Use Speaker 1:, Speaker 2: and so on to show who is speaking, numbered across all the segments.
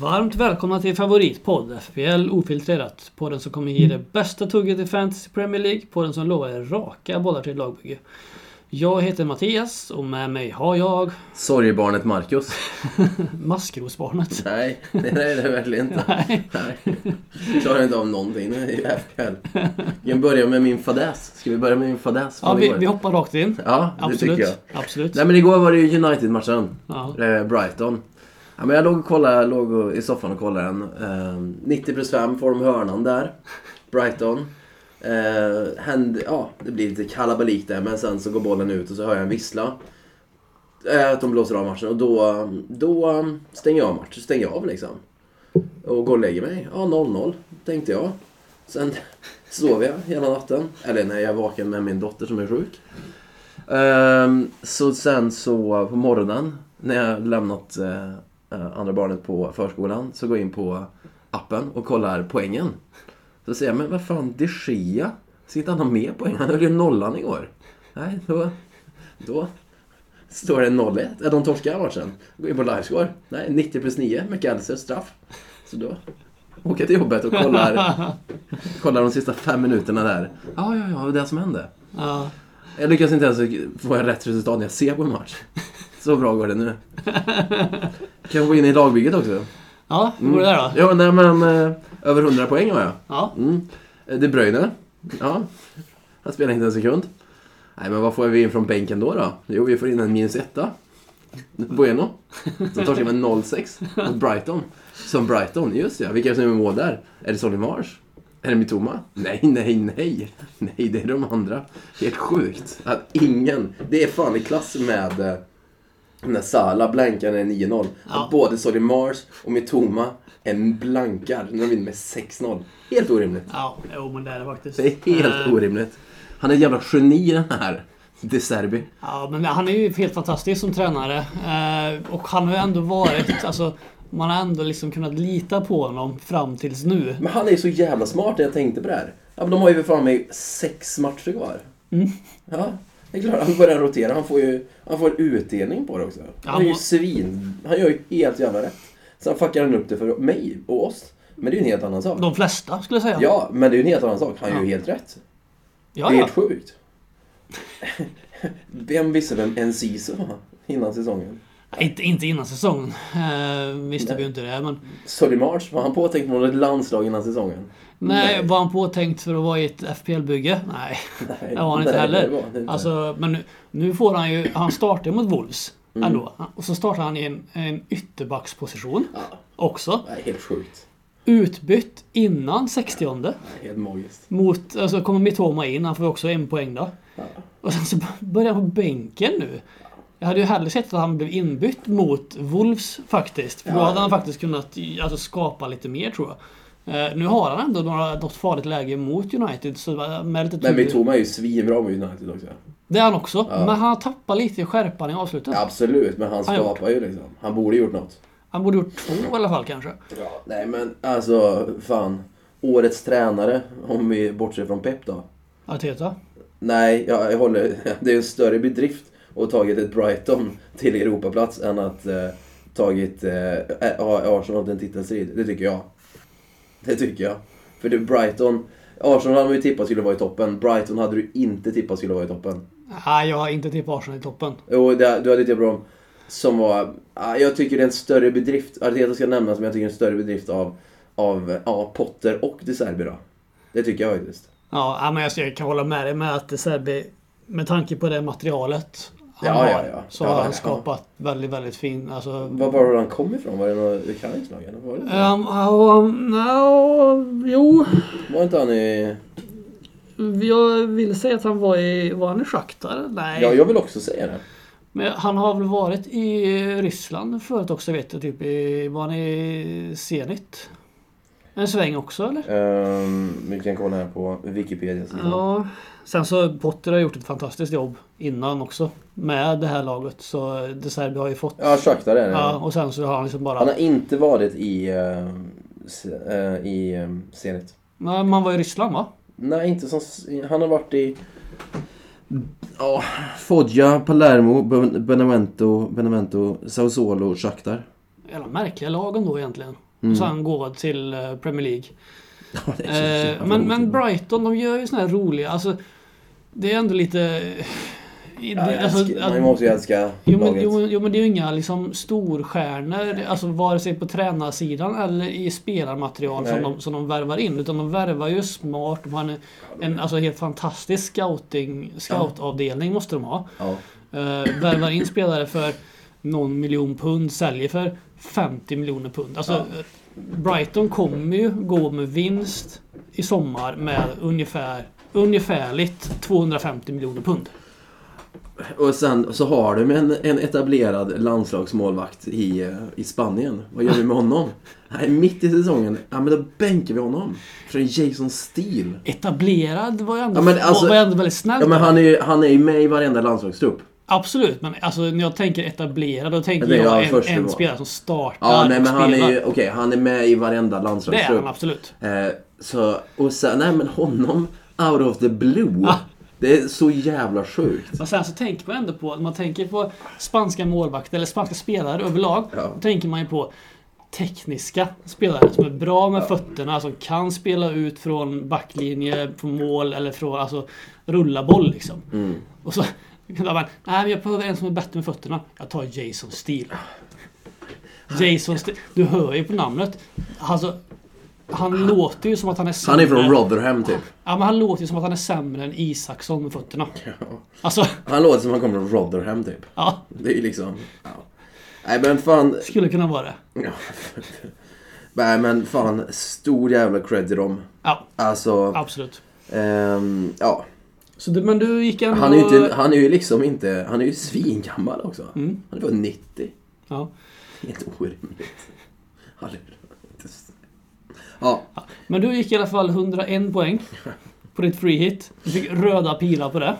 Speaker 1: Varmt välkomna till favoritpodd FPL Ofiltrerat. Podden som kommer ge det bästa tugget i Fantasy Premier League. Podden som lovar er raka bollar till lagbygge. Jag heter Mattias och med mig har jag
Speaker 2: Sorgebarnet Marcus?
Speaker 1: Maskrosbarnet.
Speaker 2: Nej, det är det verkligen inte.
Speaker 1: Nej.
Speaker 2: Nej. Jag klarar inte av någonting nu i FPL. Vi kan börja med min fadäs. Ska vi börja med min fadäs?
Speaker 1: Ja, vi, vi hoppar rakt in.
Speaker 2: ja, det
Speaker 1: Absolut.
Speaker 2: tycker jag.
Speaker 1: Absolut.
Speaker 2: Nej men igår var det ju United-matchen.
Speaker 1: Ja.
Speaker 2: Eh, Brighton. Ja, men jag låg, och kollade, låg och- i soffan och kollade den. Eh, 90 plus 5 får de hörnan där. Brighton. Eh, hände, ja, det blir lite kalabalik där men sen så går bollen ut och så hör jag en vissla. Eh, att de blåser av matchen och då, då eh, stänger jag av matchen. Stänger jag av liksom. Och går och lägger mig. Ja, 0-0 tänkte jag. Sen sov jag hela natten. Eller när jag är vaken med min dotter som är sjuk. Ehm, så sen så på morgonen när jag lämnat eh, eh, andra barnet på förskolan så går jag in på appen och kollar poängen. Så säger jag, men vad fan, de Gea? Ska inte han ha mer poäng? Han höll ju nollan igår. Nej, då, då står det 0-1. Ja, De torskar matchen. Går in på livescore. Nej, 90 plus 9, McAllister straff. Så då åker jag till jobbet och kollar, kollar de sista fem minuterna där. Ja, ja, ja, det var det som hände.
Speaker 1: Ja.
Speaker 2: Jag lyckas inte ens få en rätt resultat när jag ser på en match. Så bra går det nu. Kan jag gå in i lagbygget också? Mm.
Speaker 1: Ja, hur går det där då?
Speaker 2: Ja, nej men eh, över 100 poäng har jag.
Speaker 1: Ja.
Speaker 2: Mm. Eh, De Bruyne. Ja. Han spelar inte en sekund. Nej, men vad får vi in från bänken då? då? Jo, vi får in en minus etta. Bueno. Som torskar med 0-6 mot Brighton. Som Brighton, just ja. Vilka är det som är mål där? Är det Solly Mars? Är det Mitoma? Nej, nej, nej. Nej, det är de andra. Helt sjukt att ingen... Det är fan i klass med eh, när Sala blankar när det är 9-0.
Speaker 1: Ja.
Speaker 2: Att både Solly Mars och Mitoma är blankar när de vinner med 6-0. Helt orimligt.
Speaker 1: Ja, jo men det är det faktiskt.
Speaker 2: Det är helt
Speaker 1: Eh,
Speaker 2: orimligt. Han är ett jävla geni den här. De Serbi.
Speaker 1: Ja, men han är ju helt fantastisk som tränare. Eh, och han har ju ändå varit, alltså, man har ändå liksom kunnat lita på honom fram tills nu.
Speaker 2: Men han är ju så jävla smart när jag tänkte på det här. Ja, men de har ju för fan mig sex matcher kvar.
Speaker 1: Mm.
Speaker 2: Ja, det är klart. Han börjar rotera. Han får ju han får en utdelning på det också. Han är ju
Speaker 1: må-
Speaker 2: svin. Han gör ju helt jävla rätt. Sen fuckar han upp det för mig och oss. Men det är ju en helt annan sak.
Speaker 1: De flesta skulle jag säga.
Speaker 2: Ja, men det är ju en helt annan sak. Han gör ju
Speaker 1: Ja.
Speaker 2: helt rätt.
Speaker 1: ja,
Speaker 2: Det är
Speaker 1: ja.
Speaker 2: helt sjukt. Vem visste vem NCISO var innan säsongen?
Speaker 1: Nej, Inte, inte innan säsongen. Eh, visste
Speaker 2: Nej.
Speaker 1: vi ju inte det. Men,
Speaker 2: Sorry March, var han påtänkt från ett landslag innan säsongen?
Speaker 1: nej, var han påtänkt för att vara i ett FPL-bygge? Nej,
Speaker 2: Nej,
Speaker 1: det var han inte
Speaker 2: nej,
Speaker 1: heller.
Speaker 2: det var det inte.
Speaker 1: Alltså, men nu, nu får han ju... Han startar mot Wolves
Speaker 2: Mm.
Speaker 1: ändå. Och så startar han i en, en ytterbacksposition
Speaker 2: Ja,
Speaker 1: också.
Speaker 2: nej, helt sjukt.
Speaker 1: Utbytt innan 60
Speaker 2: Nej, Helt magiskt.
Speaker 1: Mot, alltså kommer Mitoma in, han får ju också en poäng då.
Speaker 2: Ja.
Speaker 1: Och sen så börjar han på bänken nu. Jag hade ju hellre sett att han blev inbytt mot Wolves faktiskt. För då
Speaker 2: Ja.
Speaker 1: hade han faktiskt kunnat alltså, skapa lite mer tror jag. Eh, nu har han ändå några, något farligt läge mot United. Så eh, med lite
Speaker 2: Men
Speaker 1: tur-
Speaker 2: Mitoma är ju svinbra med United också.
Speaker 1: Det är han också.
Speaker 2: Ja.
Speaker 1: Men han tappar lite i skärpan i avslutet.
Speaker 2: Absolut, men han
Speaker 1: Han gjort.
Speaker 2: skapar ju liksom. Han borde gjort något.
Speaker 1: Han borde gjort två i alla fall kanske.
Speaker 2: Ja, nej men alltså, fan. Årets tränare, om vi bortser från Pep då.
Speaker 1: Arteta.
Speaker 2: Nej, jag, jag håller. Det är en större bedrift att ha tagit ett Brighton till Europaplats än att eh, tagit eh, ha Arsenal till en titelstrid. Det tycker jag. Det tycker jag. För det Brighton... Arsenal hade man ju tippat skulle vara i toppen. Brighton hade du inte tippat skulle vara i toppen.
Speaker 1: Nej, jag har inte tippat Arsenal i toppen.
Speaker 2: Och det, du hade tippat på dem som var... ah, Jag tycker det är en större bedrift. Arteta ska nämnas, men jag tycker det är en större bedrift av, av ja, Potter och De Serbi då. Det tycker jag faktiskt.
Speaker 1: Ja, ja, men jag- jag kan hålla med dig med att Serbi, med tanke på det materialet han
Speaker 2: Ja,
Speaker 1: har,
Speaker 2: ja, ja.
Speaker 1: så
Speaker 2: Ja,
Speaker 1: har
Speaker 2: ja,
Speaker 1: han
Speaker 2: ja.
Speaker 1: skapat väldigt, väldigt fin... Alltså,
Speaker 2: Var var han kom ifrån? Var det något ukrainskt lag? eller vad var det?
Speaker 1: Um, um, jo,
Speaker 2: Var inte han i...
Speaker 1: jag vill säga att han var i... Var han i Shakhtar? Nej.
Speaker 2: Ja, jag vill också säga det.
Speaker 1: Men han har väl varit i Ryssland förut också vet jag. Typ i... Var han i Zenit? En sväng också eller?
Speaker 2: Ehm, vi kan kolla här på Wikipedia.
Speaker 1: Ja. Sen så Potter har gjort ett fantastiskt jobb innan också. Med det här laget. Så De Serbi har ju fått...
Speaker 2: Ja, Shakhtar är det.
Speaker 1: Ja, och sen så har han liksom bara...
Speaker 2: Eh. Han har inte varit i... eh, se- eh, I eh, Zenit.
Speaker 1: Nej, man var i Ryssland va?
Speaker 2: Nej, inte som... Han har varit i... Ja, Foggia, Palermo, Ben- Benevento, Benevento, Sassuolo, Shakhtar.
Speaker 1: Jävla märkliga lag ändå egentligen. Och så han går till eh, Premier League.
Speaker 2: Ja, Mm. det är så
Speaker 1: Eh,
Speaker 2: jävla
Speaker 1: men, men
Speaker 2: roligt.
Speaker 1: Brighton, de gör ju såna här roliga... Alltså, det är ändå lite... i-
Speaker 2: Ja, jag
Speaker 1: det- alltså,
Speaker 2: älskar- Man
Speaker 1: att-
Speaker 2: måste ju älska
Speaker 1: Jo men,
Speaker 2: laget.
Speaker 1: jo, jo men det är ju inga liksom storstjärnor, alltså vare sig på tränarsidan eller i spelarmaterial som
Speaker 2: Nej.
Speaker 1: de, som de värvar in. Utan de värvar ju smart. De har en, en alltså, helt fantastisk scouting, scoutavdelning måste de ha.
Speaker 2: ja.
Speaker 1: Eh, värvar in spelare för någon miljon pund, säljer för 50 miljoner pund. Alltså, eh, Brighton kommer ju gå med vinst i sommar med ungefär, ungefärligt 250 miljoner pund.
Speaker 2: Och sen så har de en, en etablerad landslagsmålvakt i, eh, i Spanien. Vad gör vi med honom? Nej, mitt i säsongen, ja men då bänkar vi honom. Från Jason Steele.
Speaker 1: Etablerad var ju ändå,
Speaker 2: Ja, men alltså-
Speaker 1: var ju ändå väldigt snällt.
Speaker 2: Ja men han är ju han är ju med i varenda landslagstrupp.
Speaker 1: Absolut, men alltså, när jag tänker etablerad då tänker
Speaker 2: Det är
Speaker 1: jag
Speaker 2: jag
Speaker 1: en,
Speaker 2: först
Speaker 1: en
Speaker 2: var.
Speaker 1: spelare som startar
Speaker 2: Ja, nej
Speaker 1: och
Speaker 2: men han är
Speaker 1: spelar.
Speaker 2: ju, okej, han är med i varenda
Speaker 1: Det är
Speaker 2: landslagstrupp.
Speaker 1: han absolut.
Speaker 2: Eh, så, och sen, nej men honom, out of the blue.
Speaker 1: Ah.
Speaker 2: Det är så jävla sjukt.
Speaker 1: Men sen så tänker man ändå på, när man tänker på spanska målvakter eller spanska spelare överlag,
Speaker 2: Ja.
Speaker 1: då tänker man ju på tekniska spelare som är bra med fötterna, som kan spela ut från backlinje, från mål eller från, alltså rulla boll liksom.
Speaker 2: Mm.
Speaker 1: Och så kan man, nej men jag behöver en som är bättre med fötterna. Jag tar Jason Steele. Jason Steele, du hör ju på namnet. Alltså, han låter ju som att han är
Speaker 2: Han är från
Speaker 1: sämre-
Speaker 2: Rotherham typ.
Speaker 1: Ja men han låter ju som att han är sämre än Isaksson med fötterna. Alltså,
Speaker 2: Han låter som han kommer från Rotherham typ.
Speaker 1: ja.
Speaker 2: Det är ju liksom... Ja. Nej men fan...
Speaker 1: Skulle kunna vara det.
Speaker 2: Ja. Nej men fan, stor jävla cred till dem.
Speaker 1: Ja,
Speaker 2: Alltså,
Speaker 1: absolut.
Speaker 2: ehm, ja.
Speaker 1: Så du, men du gick ändå...
Speaker 2: Han är, ju inte, han är ju liksom inte, han är ju svingammal också.
Speaker 1: Mm.
Speaker 2: Han är bara 90.
Speaker 1: Ja.
Speaker 2: Helt orimligt. Han är inte s- Ja,
Speaker 1: Men du gick i alla fall 101 poäng på ditt free hit. Du fick röda pilar på det.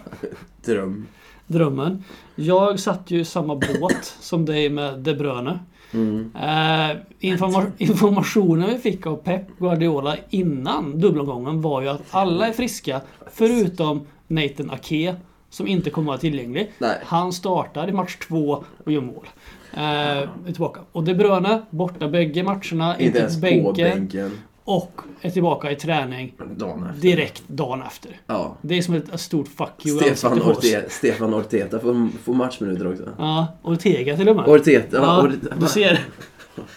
Speaker 2: dröm.
Speaker 1: Drömmen. Jag satt ju i samma båt som dig med De Bruyne.
Speaker 2: Mm.
Speaker 1: Eh, informa- informationen vi fick av Pep Guardiola innan dubbelomgången var ju att alla är friska förutom Nathan Ake som inte kommer vara tillgänglig.
Speaker 2: Nej.
Speaker 1: Han startar i match två och gör mål. Eh, är tillbaka. Och De Bruyne borta bägge matcherna,
Speaker 2: Inte
Speaker 1: inte
Speaker 2: ens på
Speaker 1: bänken,
Speaker 2: bänken.
Speaker 1: och är tillbaka i träning
Speaker 2: Dagen efter.
Speaker 1: direkt dagen efter.
Speaker 2: Ja.
Speaker 1: Det är som ett, ett stort fuck you i
Speaker 2: Stefan,
Speaker 1: ansiktet på oss.
Speaker 2: Orte, Stefan Orteta får, får matchminuter också.
Speaker 1: Ja, Ortega till och med.
Speaker 2: Orteta,
Speaker 1: ja,
Speaker 2: ja, Orte-
Speaker 1: du ser.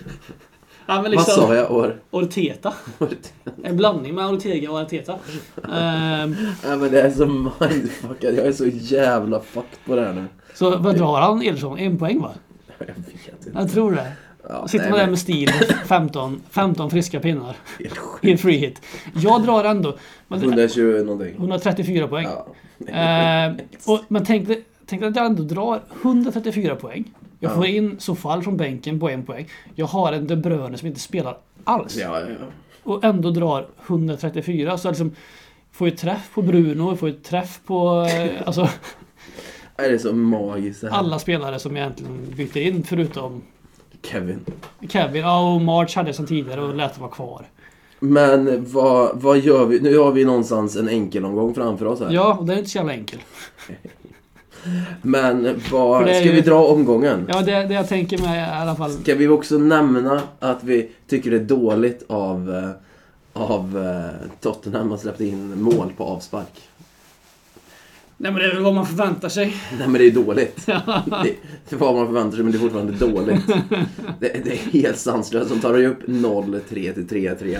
Speaker 1: ja, men
Speaker 2: vad
Speaker 1: liksom,
Speaker 2: sa jag? Or,
Speaker 1: Orteta.
Speaker 2: Orte-
Speaker 1: En blandning mellan Ortega och Arteta. Ehm,
Speaker 2: Nej men det är så mindfuckad, jag är så jävla fucked på det här nu.
Speaker 1: så vad drar han Ederson? En poäng va?
Speaker 2: Jag vet inte.
Speaker 1: Jag tror det.
Speaker 2: Ja,
Speaker 1: Sitter
Speaker 2: nej,
Speaker 1: man där
Speaker 2: men-
Speaker 1: med stil 15, 15 friska pinnar
Speaker 2: Helt sjukt.
Speaker 1: i en free hit. Jag drar ändå. Men
Speaker 2: 120 någonting.
Speaker 1: 134 poäng.
Speaker 2: Ja.
Speaker 1: Eh, och, men tänk, dig- tänk dig att jag ändå drar 134 poäng. Jag
Speaker 2: Ja.
Speaker 1: får in Sofall från bänken på en poäng. Jag har en De Bruyne som inte spelar alls.
Speaker 2: Ja, ja, ja.
Speaker 1: Och ändå drar 134. Så jag liksom, får ju träff på Bruno, får ju träff på eh, alltså,
Speaker 2: Det är så magiskt det här.
Speaker 1: alla spelare som jag egentligen bytte in förutom
Speaker 2: Kevin.
Speaker 1: Kevin. Ja, och March hade jag sedan tidigare och lät dem vara kvar.
Speaker 2: Men vad, vad gör vi? Nu har vi någonstans en enkel omgång framför oss här.
Speaker 1: Ja, och det är inte så jävla enkelt.
Speaker 2: Men
Speaker 1: För
Speaker 2: vad...
Speaker 1: det är
Speaker 2: Ska
Speaker 1: ju-
Speaker 2: vi dra omgången?
Speaker 1: Ja, det, det jag tänker mig i alla fall.
Speaker 2: Ska vi också nämna att vi tycker det är dåligt av, eh, av eh, Tottenham att släppa in mål på avspark?
Speaker 1: Nej men det är väl vad man förväntar sig.
Speaker 2: Nej men det är dåligt. Det, det är vad man förväntar sig men det är fortfarande dåligt. Det, det är helt sanslöst. De tar ju upp 0-3 till 3-3.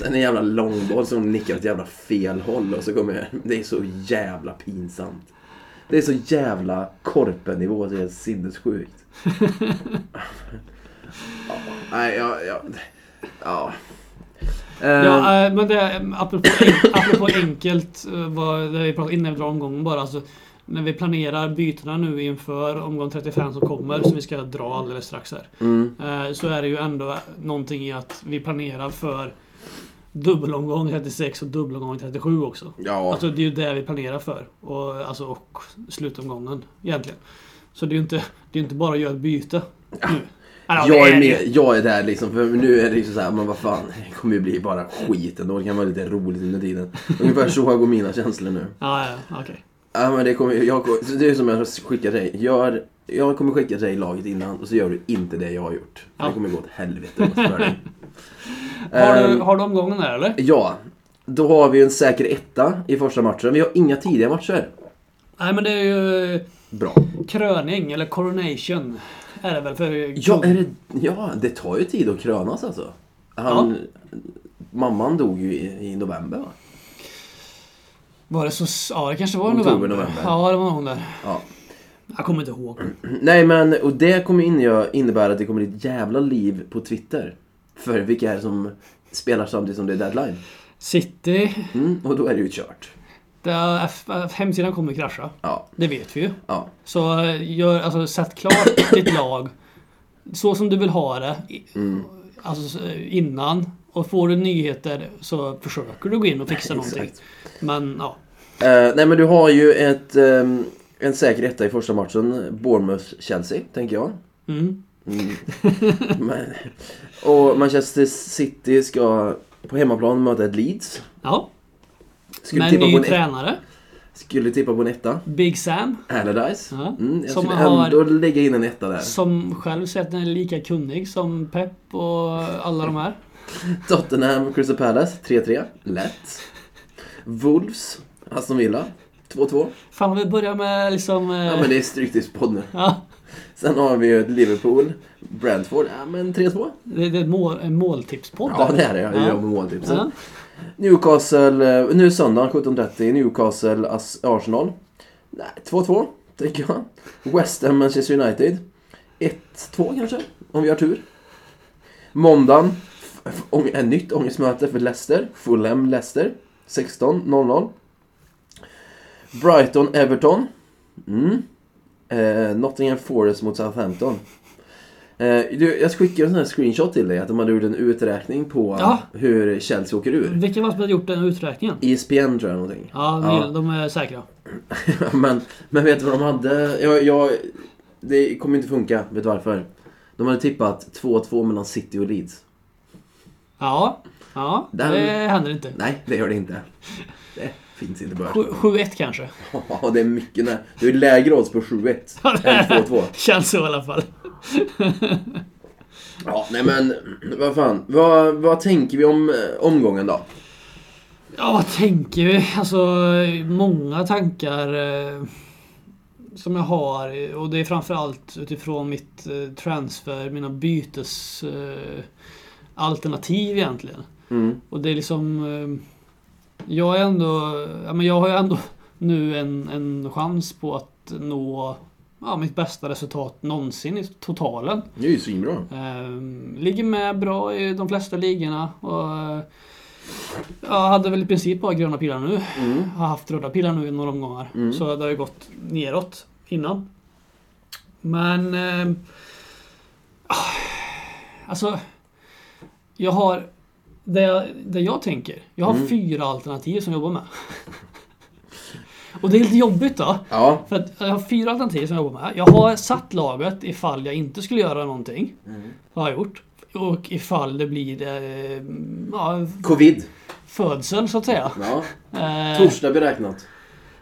Speaker 2: Sen en jävla långboll som de nickar åt jävla fel håll och så kommer jag. Det är så jävla pinsamt. Det är så jävla korpenivå så det är sinnessjukt. Ja, Nej, ja, ja. ja. Eh,
Speaker 1: Ja, eh, men det är apropå, en, apropå enkelt, eh, vad, det vi pratade innan vi drar omgången bara. Alltså, när vi planerar bytena nu inför omgång 35 som kommer, som vi ska dra alldeles strax här.
Speaker 2: mm,
Speaker 1: eh, Så är det ju ändå någonting i att vi planerar för dubbelomgång 36 och dubbelomgång 37 också.
Speaker 2: ja.
Speaker 1: Alltså det är ju det vi planerar för. Och, alltså, och slutomgången egentligen. Så det är ju inte, det är inte bara att göra ett byte nu. Alltså,
Speaker 2: Jag
Speaker 1: det
Speaker 2: är,
Speaker 1: det ju.
Speaker 2: med, jag är där liksom, för nu är det liksom såhär, men vad fan, det kommer ju bli bara skit ändå. Det kan vara lite roligt under tiden. Ungefär så går mina känslor nu.
Speaker 1: Ja, ja, okej.
Speaker 2: Ja, men det, kommer, jag, kommer- så det är som jag skickar dig. Gör, jag kommer skicka dig laget innan och så gör du inte det jag har gjort.
Speaker 1: Ja.
Speaker 2: Det kommer gå åt helvete. jag måste för dig.
Speaker 1: Har du,
Speaker 2: Ehm,
Speaker 1: har du omgången där eller?
Speaker 2: Ja, då har vi en säker etta i första matchen. Vi har inga tidiga matcher.
Speaker 1: Nej men det är ju eh,
Speaker 2: Bra.
Speaker 1: kröning eller coronation. Är det väl för...
Speaker 2: Ja, eh. är det, ja, det tar ju tid att krönas alltså. Han, Mamman dog ju i, i november va?
Speaker 1: Var det så... Ja det kanske var i
Speaker 2: Oktober,
Speaker 1: november.
Speaker 2: november.
Speaker 1: Ja det var hon där.
Speaker 2: Ja.
Speaker 1: Jag kommer inte ihåg.
Speaker 2: Nej men, och det kommer inne- innebära att det kommer ett jävla liv på Twitter. För vilka är det som spelar samtidigt som det är deadline?
Speaker 1: City.
Speaker 2: Mm, och då är det ju kört.
Speaker 1: Där, F- F- hemsidan kommer krascha.
Speaker 2: Ja,
Speaker 1: Det vet vi ju.
Speaker 2: ja.
Speaker 1: Så eh, gör, alltså, sätt klart ditt lag så som du vill ha det i-
Speaker 2: Mm.
Speaker 1: alltså, så- innan. Och får du nyheter så försöker du gå in och fixa någonting.
Speaker 2: Exakt.
Speaker 1: Men ja,
Speaker 2: Eh, nej men du har ju ett, ehm, en säker etta i första matchen. Bournemouth-Chelsea, tänker jag.
Speaker 1: mm.
Speaker 2: Mm. Men, och Manchester City ska på hemmaplan möta ett Leeds.
Speaker 1: ja.
Speaker 2: Skulle,
Speaker 1: Men
Speaker 2: tippa på,
Speaker 1: ny
Speaker 2: en ett,
Speaker 1: tränare,
Speaker 2: skulle tippa på en etta.
Speaker 1: Big Sam,
Speaker 2: Allardyce.
Speaker 1: Ja.
Speaker 2: Mm, jag
Speaker 1: Som
Speaker 2: skulle
Speaker 1: har-
Speaker 2: ändå lägga in en etta där.
Speaker 1: som själv säger att den är lika kunnig som Pep och alla de här.
Speaker 2: Tottenham, Crystal Palace, 3-3. Lätt. Wolves, Aston Villa, 2-2.
Speaker 1: Fan, vi börjar med liksom... eh,
Speaker 2: Ja men det är Stryktipspodd nu.
Speaker 1: ja,
Speaker 2: Sen har vi ju ett Liverpool, Brentford, ja men 3-2.
Speaker 1: det, det är ett mål, en måltipspodd.
Speaker 2: Ja det är det, jag
Speaker 1: Ja.
Speaker 2: gör typ. måltipset.
Speaker 1: Ja.
Speaker 2: Newcastle, eh, nu söndag 17.30, Newcastle, As- Arsenal. Nej, 2-2, tänker jag. West Ham, Manchester United. 1-2 kanske, om vi har tur. Måndagen, f- ång- ett nytt ångestmöte för Leicester. Fulham, Leicester. 16.00. Brighton, Everton. Mm. Eh, Nottingham Forest mot Southampton. Eh, du, jag skickade en sån här screenshot till dig, att de hade gjort en uträkning på
Speaker 1: Ja.
Speaker 2: hur Chelsea åker ur.
Speaker 1: Vilken var det som hade gjort den uträkningen?
Speaker 2: E ESPN tror jag någonting.
Speaker 1: Ja,
Speaker 2: Ja.
Speaker 1: de- de är säkra.
Speaker 2: men, men vet du vad de hade? Jag, jag, det kommer inte funka, vet du varför? De hade tippat 2-2 mellan City och Leeds.
Speaker 1: Ja, ja
Speaker 2: Den-
Speaker 1: det händer inte.
Speaker 2: Nej, det gör det inte. Det finns inte bara.
Speaker 1: Sju- 7-1 kanske.
Speaker 2: Ja, det är mycket när. Du är lägre odds på 7-1
Speaker 1: Ja, det
Speaker 2: än
Speaker 1: är-
Speaker 2: 2-2.
Speaker 1: Känns så i alla fall.
Speaker 2: Ja, nej men vad fan. Vad, vad tänker vi om eh, omgången då?
Speaker 1: Ja, vad tänker vi? Alltså, många tankar eh, som jag har. Och det är framförallt utifrån mitt eh, transfer, mina bytes eh, alternativ egentligen.
Speaker 2: Mm.
Speaker 1: Och det är liksom... eh, Jag är ändå... Ja, men jag har ju ändå nu en, en chans på att nå ja, mitt bästa resultat någonsin i totalen.
Speaker 2: Det är ju svinbra.
Speaker 1: Ehm, ligger med bra i de flesta ligorna. Och, eh, jag hade väl i princip bara gröna pilar nu.
Speaker 2: Mm.
Speaker 1: Har haft röda pilar nu i några omgångar.
Speaker 2: Mm.
Speaker 1: Så det har ju gått neråt innan. Men... ehm, ah, alltså... Jag har... Det jag, det jag tänker. Jag har fyra alternativ som jag jobbar med. Och det är lite jobbigt då.
Speaker 2: Ja.
Speaker 1: För att jag har fyra alternativ som jag jobbar med. Jag har satt laget ifall jag inte skulle göra någonting. Har jag gjort. Och ifall det blir eh, ja,
Speaker 2: Covid.
Speaker 1: födseln så att säga.
Speaker 2: Ja.
Speaker 1: Eh,
Speaker 2: Torsdag beräknat.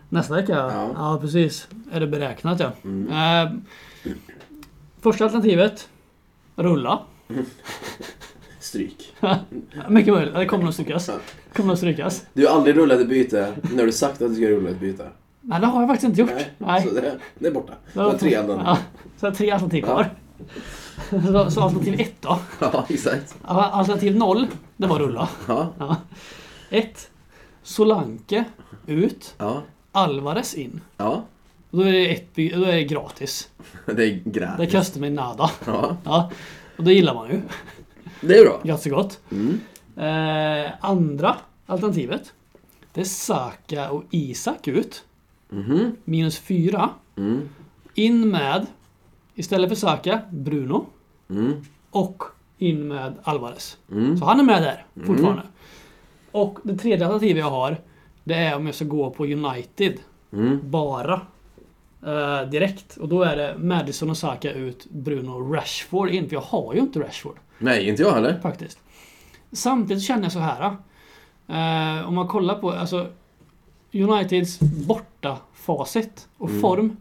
Speaker 1: nästa vecka ja.
Speaker 2: Ja.
Speaker 1: ja. precis. Är det beräknat ja.
Speaker 2: Mm.
Speaker 1: Eh, första alternativet. Rulla.
Speaker 2: Stryk.
Speaker 1: Mycket möjligt. Det kommer nog strykas. Kommer nog strykas.
Speaker 2: Du har aldrig rullat ett byte när du sagt att du ska rulla ett byte.
Speaker 1: Nej det har jag faktiskt inte gjort.
Speaker 2: Nej,
Speaker 1: Nej.
Speaker 2: Så det, det är borta. Det
Speaker 1: Det var
Speaker 2: var tre
Speaker 1: ja,
Speaker 2: änden.
Speaker 1: så jag har tre alternativ kvar. Så, så alternativ ett då.
Speaker 2: Ja, exakt.
Speaker 1: Alternativ noll. Det var rulla.
Speaker 2: Ja,
Speaker 1: Ja. 1. Solanke ut,
Speaker 2: ja,
Speaker 1: Alvarez in.
Speaker 2: ja.
Speaker 1: Och Då är det, ett, by- då är det gratis.
Speaker 2: Det är
Speaker 1: Det
Speaker 2: gräs.
Speaker 1: kostar mig nada.
Speaker 2: Ja,
Speaker 1: Ja. Och det gillar man ju.
Speaker 2: det är bra.
Speaker 1: Ganska gott.
Speaker 2: Mm.
Speaker 1: Eh, andra alternativet. Det är Saka och Isak ut.
Speaker 2: Mhm.
Speaker 1: Minus 4.
Speaker 2: Mm.
Speaker 1: In med, istället för Saka, Bruno.
Speaker 2: Mm.
Speaker 1: Och in med Alvarez.
Speaker 2: Mm.
Speaker 1: Så han är med där fortfarande. Och det tredje alternativet jag har, det är om jag ska gå på United.
Speaker 2: Mm.
Speaker 1: bara eh, direkt. Och då är det Madison och Saka ut, Bruno och Rashford in. För jag har ju inte Rashford
Speaker 2: Nej, inte jag heller.
Speaker 1: faktiskt. Samtidigt känner jag så här. eh, om man kollar på alltså, Uniteds borta facit och
Speaker 2: Mm.
Speaker 1: form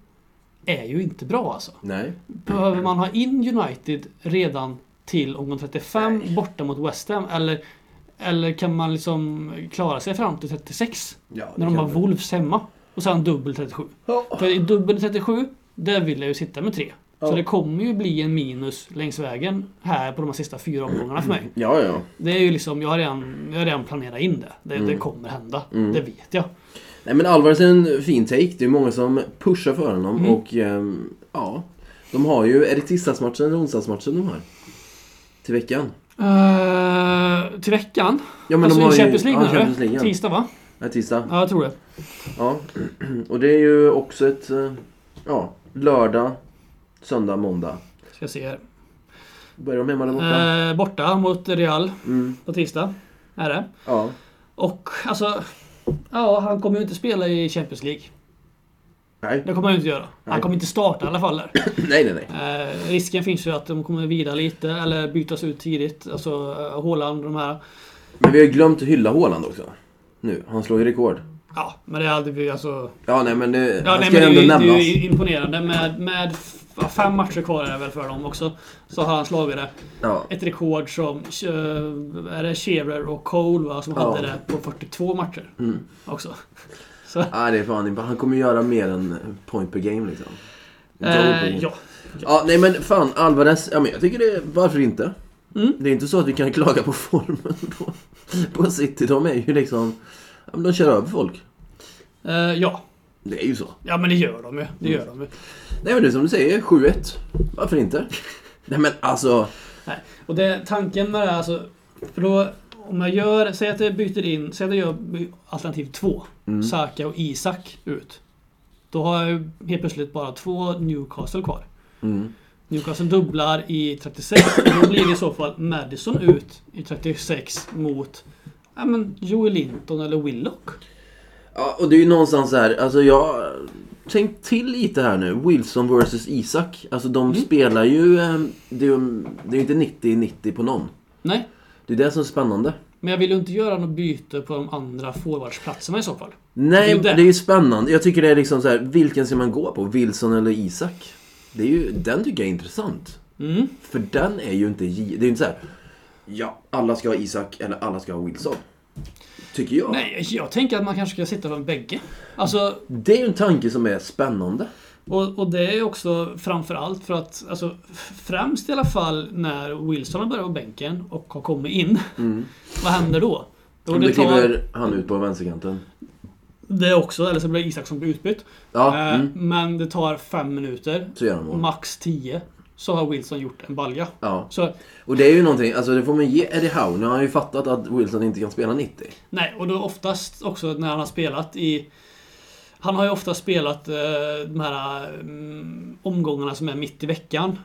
Speaker 1: är ju inte bra alltså.
Speaker 2: Nej.
Speaker 1: Behöver man ha in United redan till omgång 35
Speaker 2: Nej.
Speaker 1: borta mot West Ham? Eller, eller kan man liksom klara sig fram till 36?
Speaker 2: Ja, det
Speaker 1: När de
Speaker 2: kan
Speaker 1: har
Speaker 2: du.
Speaker 1: Wolves hemma. Och sen dubbel 37.
Speaker 2: Ja.
Speaker 1: För i dubbel 37, där vill jag ju sitta med tre.
Speaker 2: Ja.
Speaker 1: Så det kommer ju bli en minus längs vägen här på de här sista fyra omgångarna för mig.
Speaker 2: Ja, ja.
Speaker 1: Det är ju liksom, jag har redan, jag har redan planerat in det. Det, det
Speaker 2: Mm.
Speaker 1: kommer hända.
Speaker 2: Mm.
Speaker 1: Det vet jag.
Speaker 2: Nej men Alvarez är en fin take. Det är många som pushar för honom
Speaker 1: Mm.
Speaker 2: och ehm, ja. De har ju, är det tisdagsmatchen eller onsdagsmatchen de har? Till veckan?
Speaker 1: Eh, till veckan?
Speaker 2: Ja
Speaker 1: alltså
Speaker 2: de har
Speaker 1: i Champions
Speaker 2: ju,
Speaker 1: League
Speaker 2: ja, Champions
Speaker 1: menar du?
Speaker 2: League.
Speaker 1: Tisdag
Speaker 2: Tisdag.
Speaker 1: va?
Speaker 2: Ja, tisdag.
Speaker 1: Ja, jag tror det.
Speaker 2: Ja. Och det är ju också ett, eh, ja, lördag, söndag, måndag.
Speaker 1: Ska se här.
Speaker 2: Börjar de hemma eller borta?
Speaker 1: Borta. Eh, borta mot Real
Speaker 2: Mm.
Speaker 1: på tisdag. Är det.
Speaker 2: Ja.
Speaker 1: Och alltså... Ja, han kommer ju inte spela i Champions League.
Speaker 2: Nej.
Speaker 1: Det kommer han ju inte göra. Han
Speaker 2: Nej.
Speaker 1: kommer inte starta i alla fall där.
Speaker 2: nej, nej, nej.
Speaker 1: Eh, risken finns ju att de kommer vila lite eller bytas ut tidigt. Alltså eh, Haaland och de här.
Speaker 2: Men vi har ju glömt att hylla Haaland också. Nu, han slår ju rekord.
Speaker 1: Ja, men det hade vi alltså...
Speaker 2: Ja, nej men det,
Speaker 1: Ja,
Speaker 2: han
Speaker 1: nej,
Speaker 2: ska
Speaker 1: men
Speaker 2: ju
Speaker 1: det, är
Speaker 2: ändå
Speaker 1: ju- det är
Speaker 2: nämnas.
Speaker 1: ju imponerande. Med, med f- fem matcher kvar är det väl för dem också. Så har han slagit det.
Speaker 2: Ja.
Speaker 1: Ett rekord som... eh, Är det Shearer och Cole va, som
Speaker 2: Ja.
Speaker 1: hade det på 42 matcher
Speaker 2: Mm.
Speaker 1: också.
Speaker 2: Ja, det är fan imp- Han kommer göra mer än eh, point per game liksom. Goal per
Speaker 1: Eh,
Speaker 2: game.
Speaker 1: ja.
Speaker 2: Ja, nej men fan Alvarez. Ja, men jag tycker det, varför inte?
Speaker 1: Mm.
Speaker 2: Det är inte så att vi kan klaga på formen då. På City, de är ju liksom... Ja, men de kör över folk.
Speaker 1: Eh, ja.
Speaker 2: Det är ju så.
Speaker 1: Ja men det gör de ju. Det
Speaker 2: Mm.
Speaker 1: gör de ju.
Speaker 2: Nej men det är som du säger, 7-1. Varför inte? Nej men alltså...
Speaker 1: Nej. Och det, tanken med det här alltså, för då, om jag gör, säg att jag byter in, säg att jag gör by- alternativ två,
Speaker 2: Mm.
Speaker 1: Saka och Isak ut. Då har jag ju helt plötsligt bara två Newcastle kvar.
Speaker 2: Mm.
Speaker 1: Newcastle dubblar i 36, och då blir det i så fall Madison ut i 36 mot ja, men Joey Linton eller Willock.
Speaker 2: Ja, och det är ju någonstans så här, alltså jag... Tänk till lite här nu. Wilson vs Isak. Alltså de
Speaker 1: Mm.
Speaker 2: spelar ju... eh, Det är ju det är ju inte 90-90 på någon.
Speaker 1: Nej,
Speaker 2: Det är det som är spännande.
Speaker 1: men jag vill ju inte göra något byte på de andra forwardsplatserna i så fall. Det är
Speaker 2: Nej,
Speaker 1: ju
Speaker 2: det
Speaker 1: det.
Speaker 2: är ju spännande. Jag tycker det är liksom så här, vilken ska man gå på? Wilson eller Isak? Det är ju, den tycker jag är intressant.
Speaker 1: Mm.
Speaker 2: För den är ju inte, gi- det är ju inte så här, ja, alla ska ha Isak eller alla ska ha Wilson. Tycker jag.
Speaker 1: Nej, jag tänker att man kanske ska sitta från bägge. Alltså,
Speaker 2: Det är ju en tanke som är spännande.
Speaker 1: Och, och det är ju också framförallt för att, alltså, f- främst i alla fall när Wilson har börjat på bänken och har kommit in. Vad händer då? Då
Speaker 2: Och
Speaker 1: det,
Speaker 2: Mm. det
Speaker 1: tar,
Speaker 2: kliver han ut på vänsterkanten.
Speaker 1: det också, eller så blir det Isaksson blir utbytt.
Speaker 2: Ja,
Speaker 1: Eh,
Speaker 2: mm,
Speaker 1: Men det tar fem minuter,
Speaker 2: så gör han mål.
Speaker 1: max tio, så har Wilson gjort en balja.
Speaker 2: Ja.
Speaker 1: Så,
Speaker 2: Och det är ju någonting, alltså det får man ge Eddie Howe. Nu har han ju fattat att Wilson inte kan spela 90.
Speaker 1: nej, och då oftast också när han har spelat i han har ju ofta spelat eh, de här mm, omgångarna som är mitt i veckan.